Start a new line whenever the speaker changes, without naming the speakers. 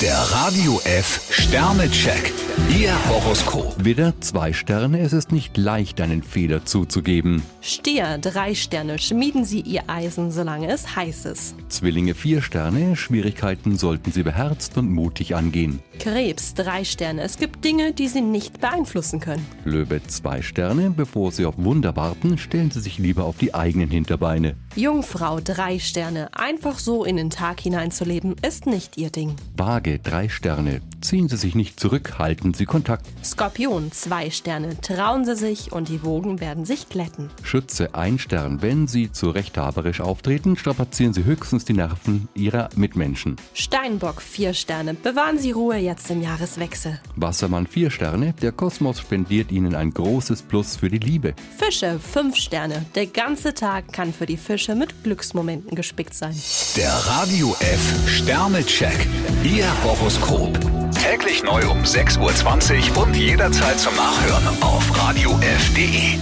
Der Radio F Sternecheck. Ihr Horoskop.
Widder, zwei Sterne, es ist nicht leicht, einen Fehler zuzugeben.
Stier, drei Sterne, schmieden Sie Ihr Eisen, solange es heiß ist.
Zwillinge, vier Sterne, Schwierigkeiten sollten Sie beherzt und mutig angehen.
Krebs, drei Sterne, es gibt Dinge, die Sie nicht beeinflussen können.
Löwe, zwei Sterne, bevor Sie auf Wunder warten, stellen Sie sich lieber auf die eigenen Hinterbeine.
Jungfrau, drei Sterne, einfach so in den Tag hineinzuleben, ist nicht Ihr Ding.
Waage, drei Sterne, ziehen Sie sich nicht zurück, halten Sie Kontakt.
Skorpion, zwei Sterne, trauen Sie sich und die Wogen werden sich glätten.
Schütze, ein Stern, wenn Sie zu rechthaberisch auftreten, strapazieren Sie höchstens die Nerven Ihrer Mitmenschen.
Steinbock, vier Sterne, bewahren Sie Ruhe jetzt im Jahreswechsel.
Wassermann, vier Sterne, der Kosmos spendiert Ihnen ein großes Plus für die Liebe.
Fische, fünf Sterne, der ganze Tag kann für die Fische mit Glücksmomenten gespickt sein.
Der Radio F Sternecheck. Ihr Horoskop. Täglich neu um 6.20 Uhr und jederzeit zum Nachhören auf Radio radiof.de.